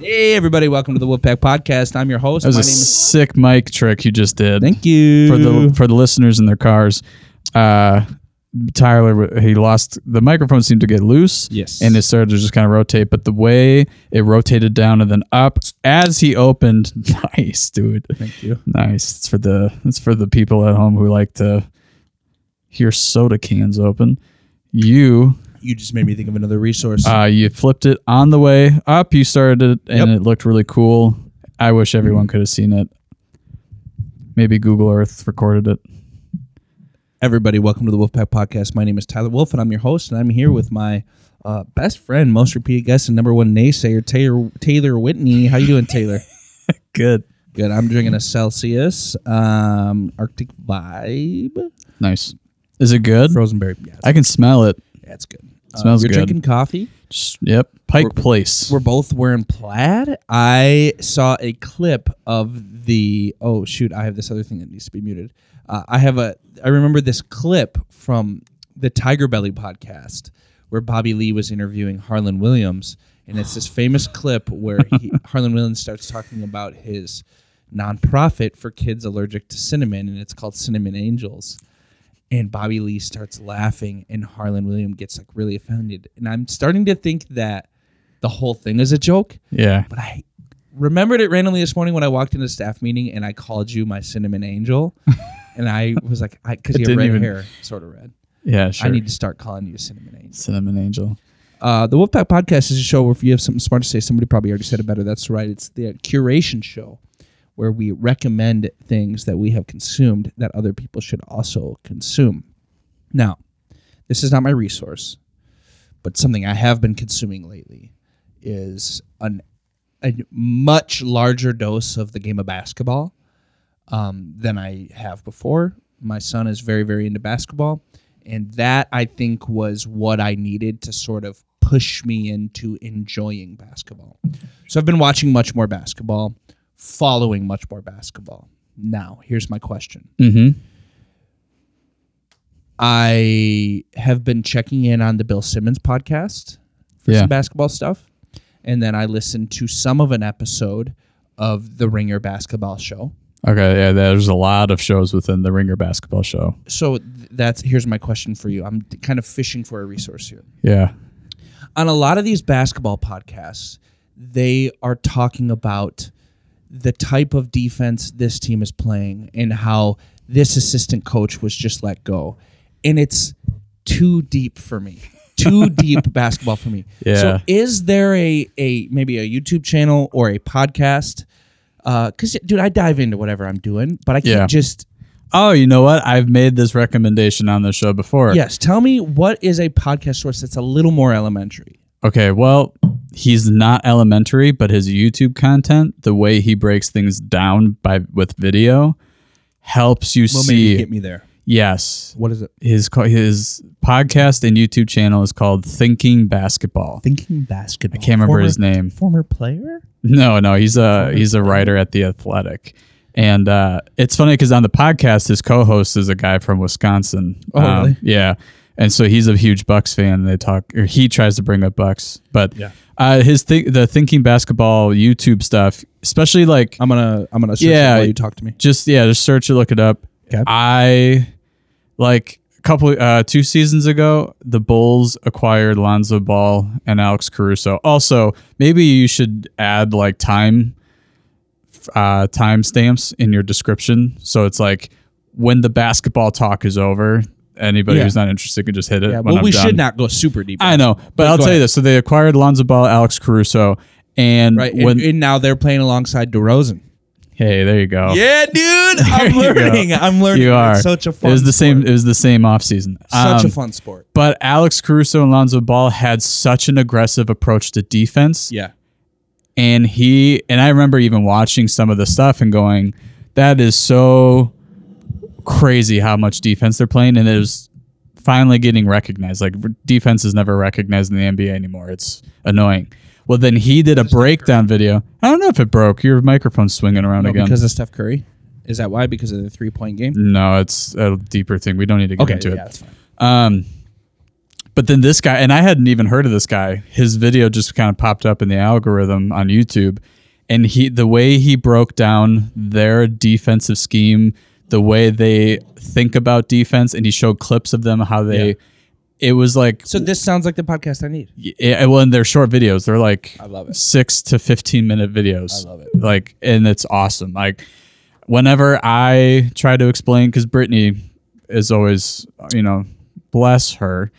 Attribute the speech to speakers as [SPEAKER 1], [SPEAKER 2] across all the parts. [SPEAKER 1] Hey, everybody, welcome to the Wolfpack Podcast. I'm your host.
[SPEAKER 2] That was
[SPEAKER 1] My
[SPEAKER 2] a
[SPEAKER 1] name is-
[SPEAKER 2] sick mic trick you just did.
[SPEAKER 1] Thank you.
[SPEAKER 2] for the for the listeners in their cars. Uh, Tyler, he lost the microphone seemed to get loose.
[SPEAKER 1] Yes.
[SPEAKER 2] and it started to just kind of rotate. But the way it rotated down and then up as he opened, nice, dude,
[SPEAKER 1] Thank you.
[SPEAKER 2] nice. It's for the it's for the people at home who like to hear soda cans open. You
[SPEAKER 1] You just made me think of another resource.
[SPEAKER 2] uh, you flipped it on the way up. You started it,
[SPEAKER 1] Yep.
[SPEAKER 2] and it looked really cool. I wish everyone could have seen it. Maybe Google Earth recorded it.
[SPEAKER 1] everybody, welcome to the Wolfpack Podcast. My name is Tyler Wolf, and I'm your host, and I'm here with my uh, best friend, most repeated guest, and number one naysayer, Taylor, Taylor Whitney. How you doing, Taylor?
[SPEAKER 2] Good.
[SPEAKER 1] Good. I'm drinking a Celsius um, Arctic Vibe.
[SPEAKER 2] Nice. Is it good?
[SPEAKER 1] Frozen berry. Yeah,
[SPEAKER 2] I can smell it.
[SPEAKER 1] that's good.
[SPEAKER 2] Smells
[SPEAKER 1] you're
[SPEAKER 2] good.
[SPEAKER 1] drinking coffee.
[SPEAKER 2] Just, yep. Pike Place.
[SPEAKER 1] We're both wearing plaid. I saw a clip of the. Oh shoot! I have this other thing that needs to be muted. Uh, I have a. I remember this clip from the Tiger Belly podcast where Bobby Lee was interviewing Harlan Williams, and it's this famous clip where he, Harlan Williams starts talking about his nonprofit for kids allergic to cinnamon, and it's called Cinnamon Angels and Bobby Lee starts laughing and Harlan William gets like really offended. And I'm starting to think that the whole thing is a joke,
[SPEAKER 2] Yeah.
[SPEAKER 1] but I remembered it randomly this morning when I walked into the staff meeting and I called you my cinnamon angel. and I was like, I because
[SPEAKER 2] It
[SPEAKER 1] you have
[SPEAKER 2] didn't
[SPEAKER 1] red
[SPEAKER 2] even-
[SPEAKER 1] hair, sort of red.
[SPEAKER 2] Yeah. Sure.
[SPEAKER 1] I need to start calling you cinnamon angel.
[SPEAKER 2] Cinnamon Angel.
[SPEAKER 1] Uh, the Wolfpack Podcast is a show where if you have something smart to say, somebody probably already said it better. That's right. It's the curation show where we recommend things that we have consumed that other people should also consume. Now, this is not my resource, but something I have been consuming lately is an, a much larger dose of the game of basketball um, than I have before. My son is very, very into basketball. And that I think was what I needed to sort of push me into enjoying basketball. So I've been watching much more basketball, following much more basketball. Now, here's my question
[SPEAKER 2] Mm-hmm.
[SPEAKER 1] I have been checking in on the Bill Simmons podcast for
[SPEAKER 2] Yeah.
[SPEAKER 1] some basketball stuff. And then I listened to some of an episode of the Ringer basketball show.
[SPEAKER 2] Okay. Yeah. There's a lot of shows within the Ringer basketball show.
[SPEAKER 1] so th- that's here's my question for you. I'm d- kind of fishing for a resource here.
[SPEAKER 2] Yeah.
[SPEAKER 1] On a lot of these basketball podcasts, they are talking about the type of defense this team is playing and how this assistant coach was just let go. And it's too deep for me. Too deep basketball for me. So
[SPEAKER 2] Yeah.
[SPEAKER 1] is there a a maybe a YouTube channel or a podcast? Uh, cause dude, I dive into whatever I'm doing, but I can't
[SPEAKER 2] Yeah.
[SPEAKER 1] just
[SPEAKER 2] Oh, you know what? I've made this recommendation on the show before.
[SPEAKER 1] Yes. Tell me what is a podcast source that's a little more elementary.
[SPEAKER 2] Okay. Well, he's not elementary, but his YouTube content, the way he breaks things down by with video, helps you see.
[SPEAKER 1] me there.
[SPEAKER 2] yes.
[SPEAKER 1] What is it?
[SPEAKER 2] his co- his podcast and YouTube channel is called Thinking Basketball.
[SPEAKER 1] Thinking basketball.
[SPEAKER 2] I can't remember his name.
[SPEAKER 1] Former player.
[SPEAKER 2] No, no, he's a he's a writer at the Athletic, and uh, it's funny because on the podcast, his co-host is a guy from Wisconsin. Um,
[SPEAKER 1] Oh, really?
[SPEAKER 2] Yeah, and so he's a huge Bucks fan. And they talk, or he tries to bring up Bucks, but
[SPEAKER 1] Yeah.
[SPEAKER 2] uh, his thi- the Thinking Basketball YouTube stuff, especially like
[SPEAKER 1] I'm gonna I'm gonna search
[SPEAKER 2] Yeah.
[SPEAKER 1] it while you talk to me.
[SPEAKER 2] just yeah, just search it, look it up.
[SPEAKER 1] Okay.
[SPEAKER 2] I like a couple uh two seasons ago, the Bulls acquired Lonzo Ball and Alex Caruso. Also, maybe you should add like time uh time stamps in your description. So it's like when the basketball talk is over, anybody
[SPEAKER 1] Yeah.
[SPEAKER 2] who's not interested can just hit it.
[SPEAKER 1] Yeah,
[SPEAKER 2] when
[SPEAKER 1] well,
[SPEAKER 2] I'm
[SPEAKER 1] we
[SPEAKER 2] done.
[SPEAKER 1] should not go super deep.
[SPEAKER 2] I know, but I'll
[SPEAKER 1] go
[SPEAKER 2] tell you
[SPEAKER 1] ahead.
[SPEAKER 2] this. So they acquired Lonzo Ball, Alex Caruso, and
[SPEAKER 1] Right. And,
[SPEAKER 2] when
[SPEAKER 1] and now they're playing alongside DeRozan.
[SPEAKER 2] hey, there you go.
[SPEAKER 1] Yeah, dude.
[SPEAKER 2] Oh. There you go.
[SPEAKER 1] I'm learning.
[SPEAKER 2] You are.
[SPEAKER 1] It's such a fun
[SPEAKER 2] It was the same.
[SPEAKER 1] sport.
[SPEAKER 2] It was the same offseason.
[SPEAKER 1] Such
[SPEAKER 2] Um,
[SPEAKER 1] a fun sport.
[SPEAKER 2] But Alex Caruso and Lonzo Ball had such an aggressive approach to defense,
[SPEAKER 1] Yeah.
[SPEAKER 2] and he and I remember even watching some of the stuff and going, "That is so crazy how much defense they're playing," and it was finally getting recognized. Like re- defense is never recognized in the NBA anymore. It's annoying. Well, then he did a breakdown video. I don't know if it broke. Your microphone's swinging around
[SPEAKER 1] No,
[SPEAKER 2] again.
[SPEAKER 1] because of Steph Curry. Is that why? Because of the three point game?
[SPEAKER 2] no, it's a deeper thing. We don't need to get
[SPEAKER 1] Okay.
[SPEAKER 2] into
[SPEAKER 1] Yeah,
[SPEAKER 2] it.
[SPEAKER 1] that's fine.
[SPEAKER 2] Um, But then this guy, and I hadn't even heard of this guy. His video just kind of popped up in the algorithm on YouTube, and he the way he broke down their defensive scheme, the way they think about defense, and he showed clips of them how they.
[SPEAKER 1] Yeah.
[SPEAKER 2] It was like
[SPEAKER 1] So this sounds like the podcast I need.
[SPEAKER 2] yeah, well, and they're short videos. They're like
[SPEAKER 1] I love it.
[SPEAKER 2] six to fifteen minute videos.
[SPEAKER 1] I love it.
[SPEAKER 2] Like, and it's awesome. Like, whenever I try to explain, because Brittany is always, you know, bless her,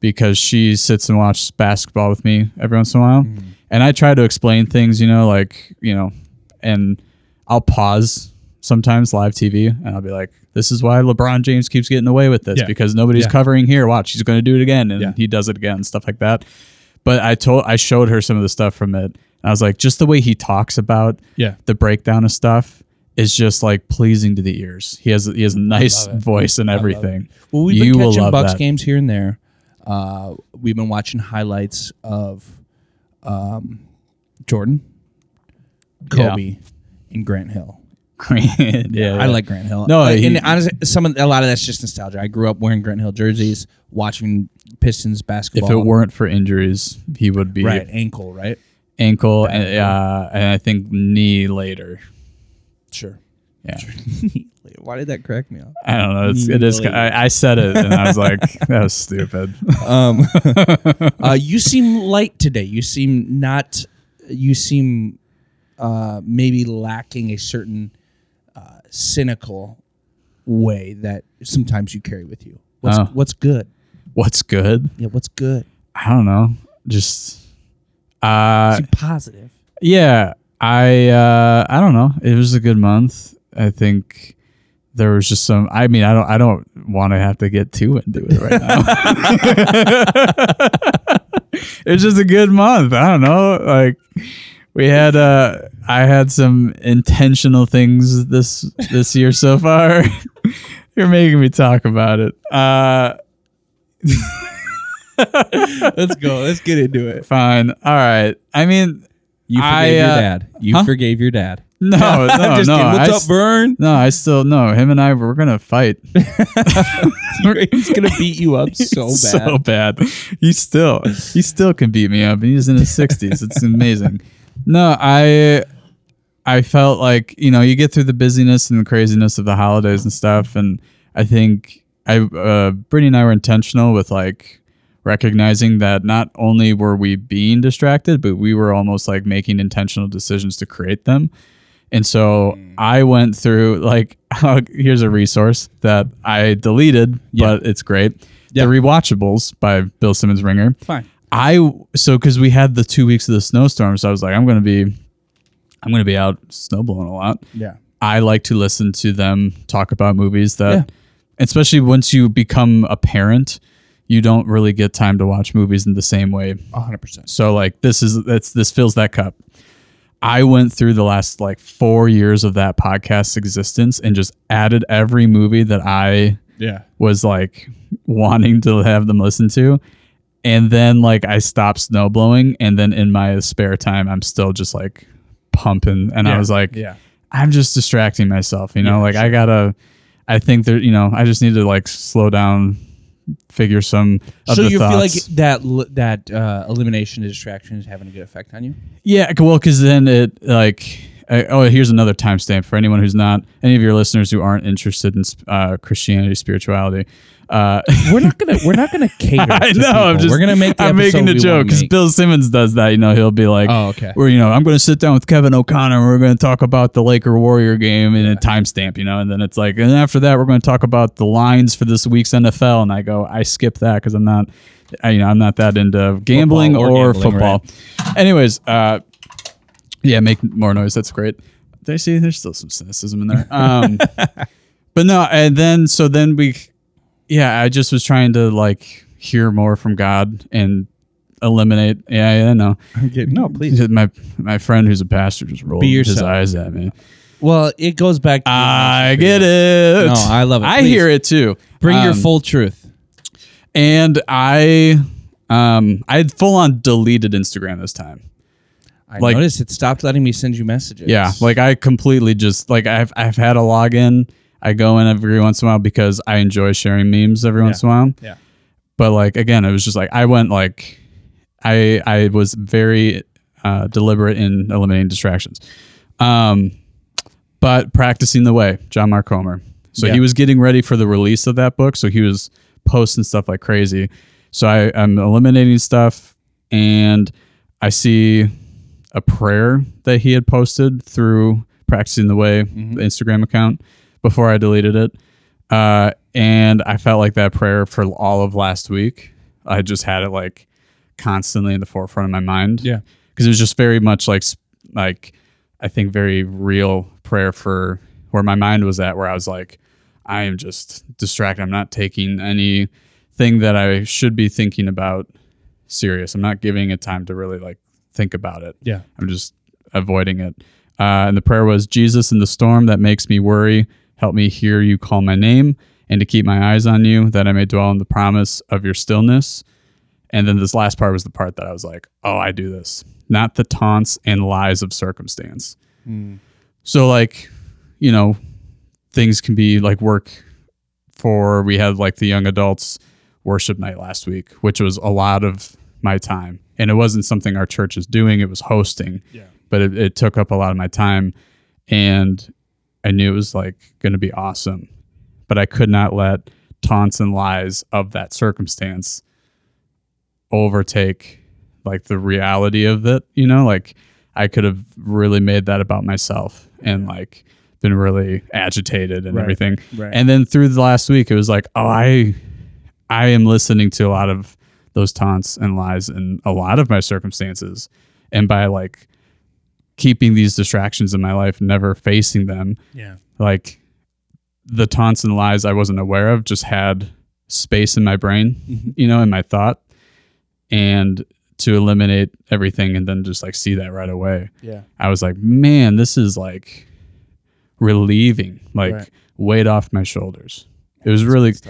[SPEAKER 2] because she sits and watches basketball with me every once in a while,
[SPEAKER 1] Mm-hmm.
[SPEAKER 2] and I try to explain things, you know, like you know, and I'll pause sometimes live TV, and I'll be like. This is why LeBron James keeps getting away with this
[SPEAKER 1] Yeah.
[SPEAKER 2] because nobody's
[SPEAKER 1] Yeah.
[SPEAKER 2] covering here. Watch, he's going to do it again, and
[SPEAKER 1] Yeah.
[SPEAKER 2] he does it again, stuff like that but I told I showed her some of the stuff from it. I was like, just the way he talks about
[SPEAKER 1] Yeah.
[SPEAKER 2] the breakdown of stuff is just like pleasing to the ears. He has he has a nice
[SPEAKER 1] love it.
[SPEAKER 2] voice and everything.
[SPEAKER 1] Well, we've
[SPEAKER 2] You
[SPEAKER 1] been
[SPEAKER 2] will
[SPEAKER 1] catching
[SPEAKER 2] love
[SPEAKER 1] Bucks
[SPEAKER 2] that.
[SPEAKER 1] games here and there. Uh, we've been watching highlights of um, Jordan,
[SPEAKER 2] Yeah.
[SPEAKER 1] Kobe, and Grant Hill.
[SPEAKER 2] yeah, yeah,
[SPEAKER 1] I like Grant Hill.
[SPEAKER 2] No,
[SPEAKER 1] Like,
[SPEAKER 2] he-
[SPEAKER 1] and honestly, some of a lot of that's just nostalgia. I grew up wearing Grant Hill jerseys, watching Pistons
[SPEAKER 2] If
[SPEAKER 1] basketball.
[SPEAKER 2] it weren't for injuries, he would be
[SPEAKER 1] right ankle, right?
[SPEAKER 2] ankle and uh, and I think knee later.
[SPEAKER 1] Sure.
[SPEAKER 2] Yeah,
[SPEAKER 1] Why did that crack me up?
[SPEAKER 2] I don't know. It's, it is.
[SPEAKER 1] Knee later.
[SPEAKER 2] I, I said it and I was like, that was stupid.
[SPEAKER 1] Um, uh, you seem light today. You seem not. You seem uh, maybe lacking a certain uh, cynical way that sometimes you carry with you. What's,
[SPEAKER 2] Oh.
[SPEAKER 1] what's good?
[SPEAKER 2] What's good?
[SPEAKER 1] Yeah, what's good?
[SPEAKER 2] I don't know. Just uh,
[SPEAKER 1] Seem positive.
[SPEAKER 2] Yeah, I uh, I don't know. It was a good month. I think there was just some. I mean, I don't I don't want to have to get too into it right now. it's just a good month. I don't know. Like we had uh, I had some intentional things this this year so far. You're making me talk about it. Uh,
[SPEAKER 1] Let's go. Let's get into it.
[SPEAKER 2] fine. All right. I mean,
[SPEAKER 3] You forgave
[SPEAKER 2] I,
[SPEAKER 3] your
[SPEAKER 2] uh,
[SPEAKER 3] dad. You
[SPEAKER 2] huh?
[SPEAKER 3] forgave your dad.
[SPEAKER 2] no, no,
[SPEAKER 1] Just
[SPEAKER 2] no.
[SPEAKER 1] kidding.
[SPEAKER 2] I
[SPEAKER 1] What's
[SPEAKER 2] s-
[SPEAKER 1] up, Vern?
[SPEAKER 2] No, I still no. Him and I, we're gonna fight
[SPEAKER 1] He's gonna beat you up so bad.
[SPEAKER 2] so bad. He still, he still can beat me up, and he's in his sixties. It's amazing. No, I, I felt like you know, you get through the busyness and the craziness of the holidays and stuff, and I think I, uh, Brittany and I were intentional with like recognizing that not only were we being distracted, but we were almost like making intentional decisions to create them. And so I went through like here's a resource that I deleted, but it's great. The rewatchables by Bill Simmons Ringer.
[SPEAKER 1] Fine.
[SPEAKER 2] I so because we had the two weeks of the snowstorm, so I was like, I'm gonna be, I'm gonna be out snowblowing a lot.
[SPEAKER 1] Yeah.
[SPEAKER 2] I like to listen to them talk about movies that, especially once you become a parent, you don't really get time to watch movies in the same way
[SPEAKER 1] hundred percent.
[SPEAKER 2] so like this is that's this fills that cup. I went through the last like four years of that podcast's existence and just added every movie that I
[SPEAKER 1] Yeah.
[SPEAKER 2] was like wanting to have them listen to. And then like I stopped snowblowing and then in my spare time I'm still just like pumping and I was like
[SPEAKER 1] Yeah.
[SPEAKER 2] I'm just distracting myself, you know. like I gotta, I think there, you know, I just need to like slow down, figure some. Of
[SPEAKER 1] so
[SPEAKER 2] the
[SPEAKER 1] you
[SPEAKER 2] thoughts.
[SPEAKER 1] feel like that l- that uh, elimination of distraction is having a good effect on you?
[SPEAKER 2] Yeah, c- well, because then it like uh, oh, here's another timestamp for anyone who's not any of your listeners who aren't interested in sp- uh, Christianity spirituality. Uh,
[SPEAKER 1] We're not gonna we're not gonna cater.
[SPEAKER 2] I
[SPEAKER 1] to
[SPEAKER 2] know.
[SPEAKER 1] people.
[SPEAKER 2] I'm just
[SPEAKER 1] we're gonna make. The
[SPEAKER 2] I'm
[SPEAKER 1] episode
[SPEAKER 2] making the
[SPEAKER 1] we
[SPEAKER 2] joke
[SPEAKER 1] wanna
[SPEAKER 2] because
[SPEAKER 1] make.
[SPEAKER 2] Bill Simmons does that. You know, he'll be like,
[SPEAKER 1] Oh, okay.
[SPEAKER 2] Where you know, I'm going to sit down with Kevin O'Connor. and We're going to talk about the Laker Warrior game and a timestamp. You know, and then it's like, and after that, we're going to talk about the lines for this week's NFL. And I go, I skip that because I'm not, I, you know, I'm not that into gambling
[SPEAKER 3] Football or
[SPEAKER 2] or,
[SPEAKER 3] gambling,
[SPEAKER 2] football. Anyways, uh, yeah, make more noise. That's great. Did I see? There's still some cynicism in there. Um, but no, and then so then we, yeah, I just was trying to like hear more from God and eliminate. Yeah, yeah, I know.
[SPEAKER 1] no, please.
[SPEAKER 2] My my friend who's a pastor just rolled
[SPEAKER 1] Be
[SPEAKER 2] his
[SPEAKER 1] yourself.
[SPEAKER 2] eyes at me.
[SPEAKER 1] Well, it goes back. To
[SPEAKER 2] I get it.
[SPEAKER 1] No, I love it.
[SPEAKER 2] I
[SPEAKER 1] Please.
[SPEAKER 2] hear it too.
[SPEAKER 1] Bring your
[SPEAKER 2] Um,
[SPEAKER 1] full truth.
[SPEAKER 2] and I, um, I had full on deleted Instagram this time.
[SPEAKER 1] I
[SPEAKER 2] like-
[SPEAKER 1] noticed it stopped letting me send you messages.
[SPEAKER 2] Yeah, like I completely just like I've I've had a login. I go in every once in a while because I enjoy sharing memes every once in a while.
[SPEAKER 1] Yeah.
[SPEAKER 2] But like again, it was just like I went like I I was very uh, deliberate in eliminating distractions. Um, but practicing the way, John Mark Comer. So
[SPEAKER 1] Yeah.
[SPEAKER 2] he was getting ready for the release of that book. So he was posting stuff like crazy. So I, I'm eliminating stuff and I see a prayer that he had posted through practicing the way the Instagram account before I deleted it. Uh, and I felt like that prayer for all of last week. I just had it like constantly in the forefront of my mind
[SPEAKER 1] Yeah.
[SPEAKER 2] because it was just very much like s- like I think very real prayer for where my mind was at, where I was like, I am just distracted. I'm not taking anything that I should be thinking about serious. I'm not giving it time to really like think about it.
[SPEAKER 1] Yeah.
[SPEAKER 2] I'm just avoiding it. Uh, and the prayer was Jesus in the storm that makes me worry, help me hear you call my name and to keep my eyes on you that I may dwell in the promise of your stillness. And then this last part was the part that I was like, oh, I do this, not the taunts and lies of circumstance. So, like, you know, things can be like work for, we had like the young adults worship night last week, which was a lot of my time. And it wasn't something our church is doing, it was hosting
[SPEAKER 1] Yeah.
[SPEAKER 2] but it, it took up a lot of my time and i knew it was like going to be awesome but i could not let taunts and lies of that circumstance overtake like the reality of it you know like i could have really made that about myself and like been really agitated and
[SPEAKER 1] Right.
[SPEAKER 2] everything
[SPEAKER 1] Right.
[SPEAKER 2] and then through the last week, it was like, oh, I, I am listening to a lot of those taunts and lies in a lot of my circumstances, and by like keeping these distractions in my life, never facing them,
[SPEAKER 1] yeah.
[SPEAKER 2] like the taunts and lies I wasn't aware of just had space in my brain,
[SPEAKER 1] Mhm.
[SPEAKER 2] you know, in my thought, and to eliminate everything and then just like see that right away.
[SPEAKER 1] Yeah.
[SPEAKER 2] I was like, man, this is like relieving, like
[SPEAKER 1] Right.
[SPEAKER 2] weight off my shoulders. It was really, it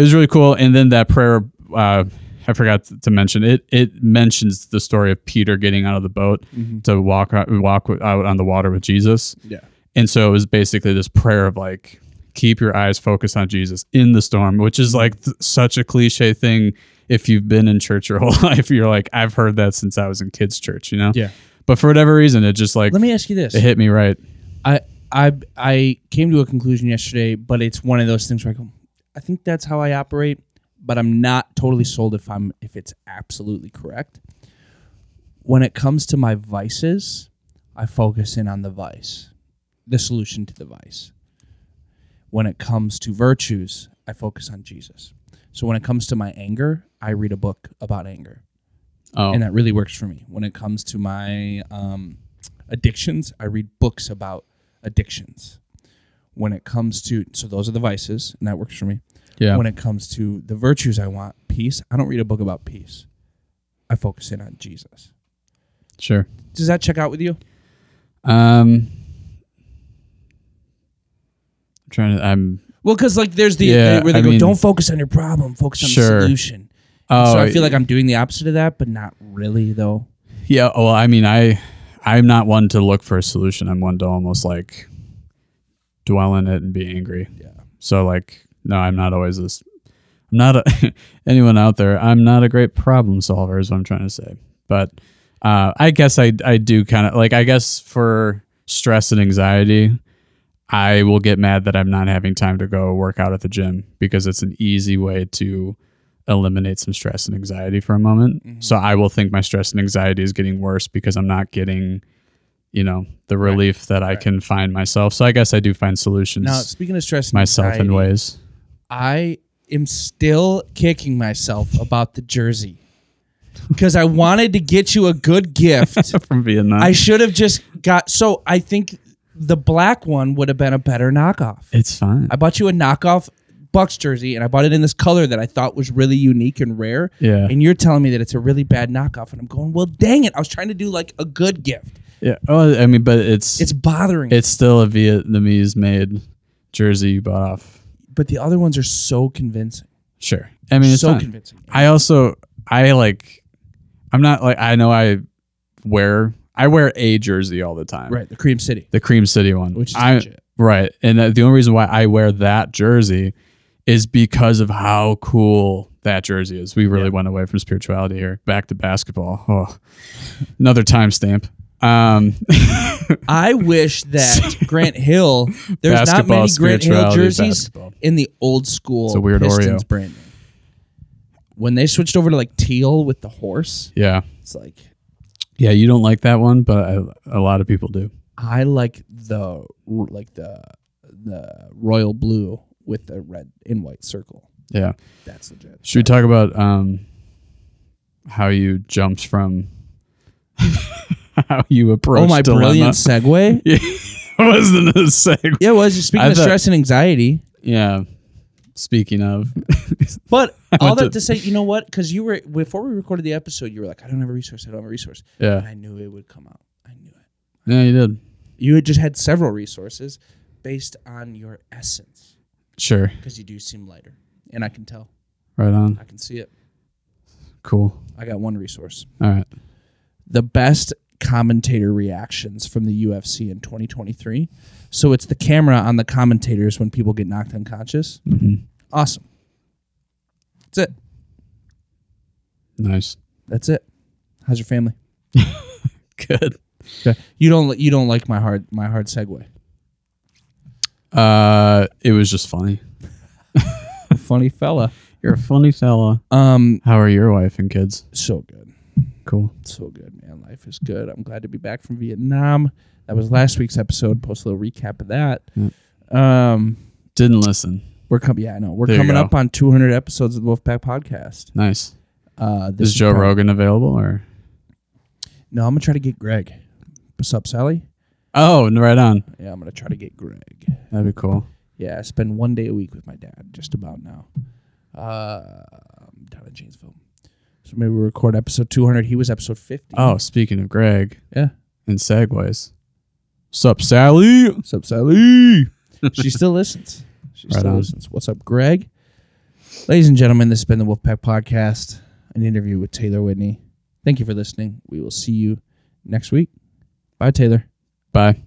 [SPEAKER 2] was really cool. And then that prayer, uh, I forgot to mention it. It mentions the story of Peter getting out of the boat
[SPEAKER 1] Mhm.
[SPEAKER 2] to walk out- walk out on the water with Jesus.
[SPEAKER 1] Yeah.
[SPEAKER 2] And so it was basically this prayer of like, keep your eyes focused on Jesus in the storm, which is like th- such a cliche thing. If you've been in church your whole life, you're like, I've heard that since I was in kids' church, you know?
[SPEAKER 1] Yeah.
[SPEAKER 2] But for whatever reason, it just like
[SPEAKER 1] Let me ask you this.
[SPEAKER 2] it hit me right.
[SPEAKER 1] I I I came to a conclusion yesterday, but it's one of those things where I go, I think that's how I operate, but I'm not totally sold if I'm if it's absolutely correct. When it comes to my vices, I focus in on the vice, the solution to the vice. When it comes to virtues, I focus on Jesus. So when it comes to my anger, I read a book about anger
[SPEAKER 2] Oh,
[SPEAKER 1] and that really works for me when it comes to my um, addictions i read books about addictions when it comes to so those are the vices and that works for me
[SPEAKER 2] yeah.
[SPEAKER 1] when it comes to the virtues i want peace i don't read a book about peace i focus in on jesus
[SPEAKER 2] sure.
[SPEAKER 1] does that check out with you
[SPEAKER 2] Um, I'm trying to. I'm
[SPEAKER 1] well because like there's the
[SPEAKER 2] Yeah,
[SPEAKER 1] where they
[SPEAKER 2] I
[SPEAKER 1] go
[SPEAKER 2] mean-
[SPEAKER 1] don't focus on your problem focus on
[SPEAKER 2] Sure.
[SPEAKER 1] the solution
[SPEAKER 2] oh,
[SPEAKER 1] so i feel like i'm doing the opposite of that but not really though
[SPEAKER 2] yeah. Well, I mean, I I'm not one to look for a solution. I'm one to almost like dwell in it and be angry.
[SPEAKER 1] Yeah.
[SPEAKER 2] So like, no, I'm not always this. I'm not a, anyone out there. I'm not a great problem solver. Is what I'm trying to say. But uh, I guess I I do kind of like I guess for stress and anxiety, I will get mad that I'm not having time to go work out at the gym because it's an easy way to eliminate some stress and anxiety for a moment. So I will think my stress and anxiety is getting worse because I'm not getting, you know, the relief that I can find myself. So I guess I do find solutions
[SPEAKER 1] now speaking of stress and
[SPEAKER 2] myself in
[SPEAKER 1] anxiety,
[SPEAKER 2] ways.
[SPEAKER 1] I am still kicking myself about the jersey because I wanted to get you a good gift.
[SPEAKER 2] From Vietnam.
[SPEAKER 1] I should have just got. So I think the black one would have been a better knockoff.
[SPEAKER 2] it's fine.
[SPEAKER 1] I bought you a knockoff Bucks jersey, and I bought it in this color that I thought was really unique and rare.
[SPEAKER 2] yeah.
[SPEAKER 1] And you're telling me that it's a really bad knockoff, and I'm going, well, dang it! I was trying to do like a good gift.
[SPEAKER 2] Yeah. Oh, I mean, but it's
[SPEAKER 1] It's
[SPEAKER 2] it's,
[SPEAKER 1] bothering. me.
[SPEAKER 2] it's still a Vietnamese made jersey you bought off.
[SPEAKER 1] but the other ones are so convincing,
[SPEAKER 2] Sure. I mean, it's
[SPEAKER 1] so
[SPEAKER 2] fine.
[SPEAKER 1] convincing.
[SPEAKER 2] I also I like I'm not like I know I wear I wear a jersey all the time.
[SPEAKER 1] Right, the Cream City,
[SPEAKER 2] The Cream City one.
[SPEAKER 1] which is
[SPEAKER 2] I
[SPEAKER 1] legit.
[SPEAKER 2] right. And that, the only reason why I wear that jersey is because of how cool that jersey is. We really went away from spirituality here. Back to basketball. Oh, another timestamp. Um,
[SPEAKER 1] I wish that Grant Hill. There's not
[SPEAKER 2] Basketball,
[SPEAKER 1] many Grant Hill
[SPEAKER 2] spirituality,
[SPEAKER 1] jerseys
[SPEAKER 2] basketball.
[SPEAKER 1] in the old school.
[SPEAKER 2] It's a weird
[SPEAKER 1] Pistons
[SPEAKER 2] Oreo.
[SPEAKER 1] branding. When they switched over to like teal with the horse,
[SPEAKER 2] yeah,
[SPEAKER 1] it's like
[SPEAKER 2] yeah. You don't like that one, but I, a lot of people do.
[SPEAKER 1] I like the like the the royal blue with the red and white circle.
[SPEAKER 2] Yeah.
[SPEAKER 1] That's legit. Oh,
[SPEAKER 2] Should we talk about um, how you jumped from how you approached?
[SPEAKER 1] Oh my
[SPEAKER 2] dilemma?
[SPEAKER 1] brilliant segue!
[SPEAKER 2] Wasn't the seg?
[SPEAKER 1] Yeah, it was just speaking
[SPEAKER 2] I
[SPEAKER 1] of
[SPEAKER 2] thought-
[SPEAKER 1] stress and anxiety.
[SPEAKER 2] Yeah. Speaking of,
[SPEAKER 1] But all
[SPEAKER 2] went
[SPEAKER 1] that
[SPEAKER 2] to-
[SPEAKER 1] to say, you know what? Because you were before we recorded the episode, you were like, "I don't have a resource. I don't have a resource," and
[SPEAKER 2] yeah,
[SPEAKER 1] I knew it would come out. I knew it.
[SPEAKER 2] yeah, you did.
[SPEAKER 1] You had just had several resources based on your essence,
[SPEAKER 2] Sure,
[SPEAKER 1] because you do seem lighter, and I can tell.
[SPEAKER 2] right on.
[SPEAKER 1] I can see it.
[SPEAKER 2] Cool.
[SPEAKER 1] I got one resource.
[SPEAKER 2] All right.
[SPEAKER 1] the best commentator reactions from the UFC in 2023. So it's the camera on the commentators when people get knocked unconscious.
[SPEAKER 2] Mhm.
[SPEAKER 1] Awesome. That's it.
[SPEAKER 2] Nice.
[SPEAKER 1] That's it. How's your family?
[SPEAKER 2] Good.
[SPEAKER 1] Okay. You don't li- you don't like my hard my hard segue.
[SPEAKER 2] Uh, it was just funny.
[SPEAKER 1] Funny fella.
[SPEAKER 2] You're a funny fella.
[SPEAKER 1] Um
[SPEAKER 2] How are your wife and kids?
[SPEAKER 1] so good.
[SPEAKER 2] Cool.
[SPEAKER 1] So good, man. Life is good. I'm glad to be back from Vietnam. That was last week's episode. Post a little recap of that.
[SPEAKER 2] Yeah.
[SPEAKER 1] Um
[SPEAKER 2] Didn't listen.
[SPEAKER 1] we're coming yeah, I know. We're
[SPEAKER 2] There you
[SPEAKER 1] coming
[SPEAKER 2] go.
[SPEAKER 1] up on 200 episodes of the Wolfpack podcast.
[SPEAKER 2] Nice.
[SPEAKER 1] Uh
[SPEAKER 2] Is Joe
[SPEAKER 1] probably-
[SPEAKER 2] Rogan available or?
[SPEAKER 1] No, I'm gonna try to get Greg. What's up, Sally?
[SPEAKER 2] Oh, right on.
[SPEAKER 1] Yeah, I'm gonna try to get Greg.
[SPEAKER 2] That'd be cool.
[SPEAKER 1] Yeah, I spend one day a week with my dad, just about now. Uh, I'm down in Janesville, so maybe we record episode 200. He was episode 50.
[SPEAKER 2] Oh, speaking of Greg
[SPEAKER 1] yeah.
[SPEAKER 2] and segues. Sup, Sally?
[SPEAKER 1] What's up, Sally? she still listens. She
[SPEAKER 2] Right
[SPEAKER 1] still
[SPEAKER 2] on.
[SPEAKER 1] listens. What's up, Greg? Ladies and gentlemen, this has been the Wolfpack Podcast, an interview with Taylor Whitney. Thank you for listening. We will see you next week. Bye, Taylor.
[SPEAKER 2] Bye.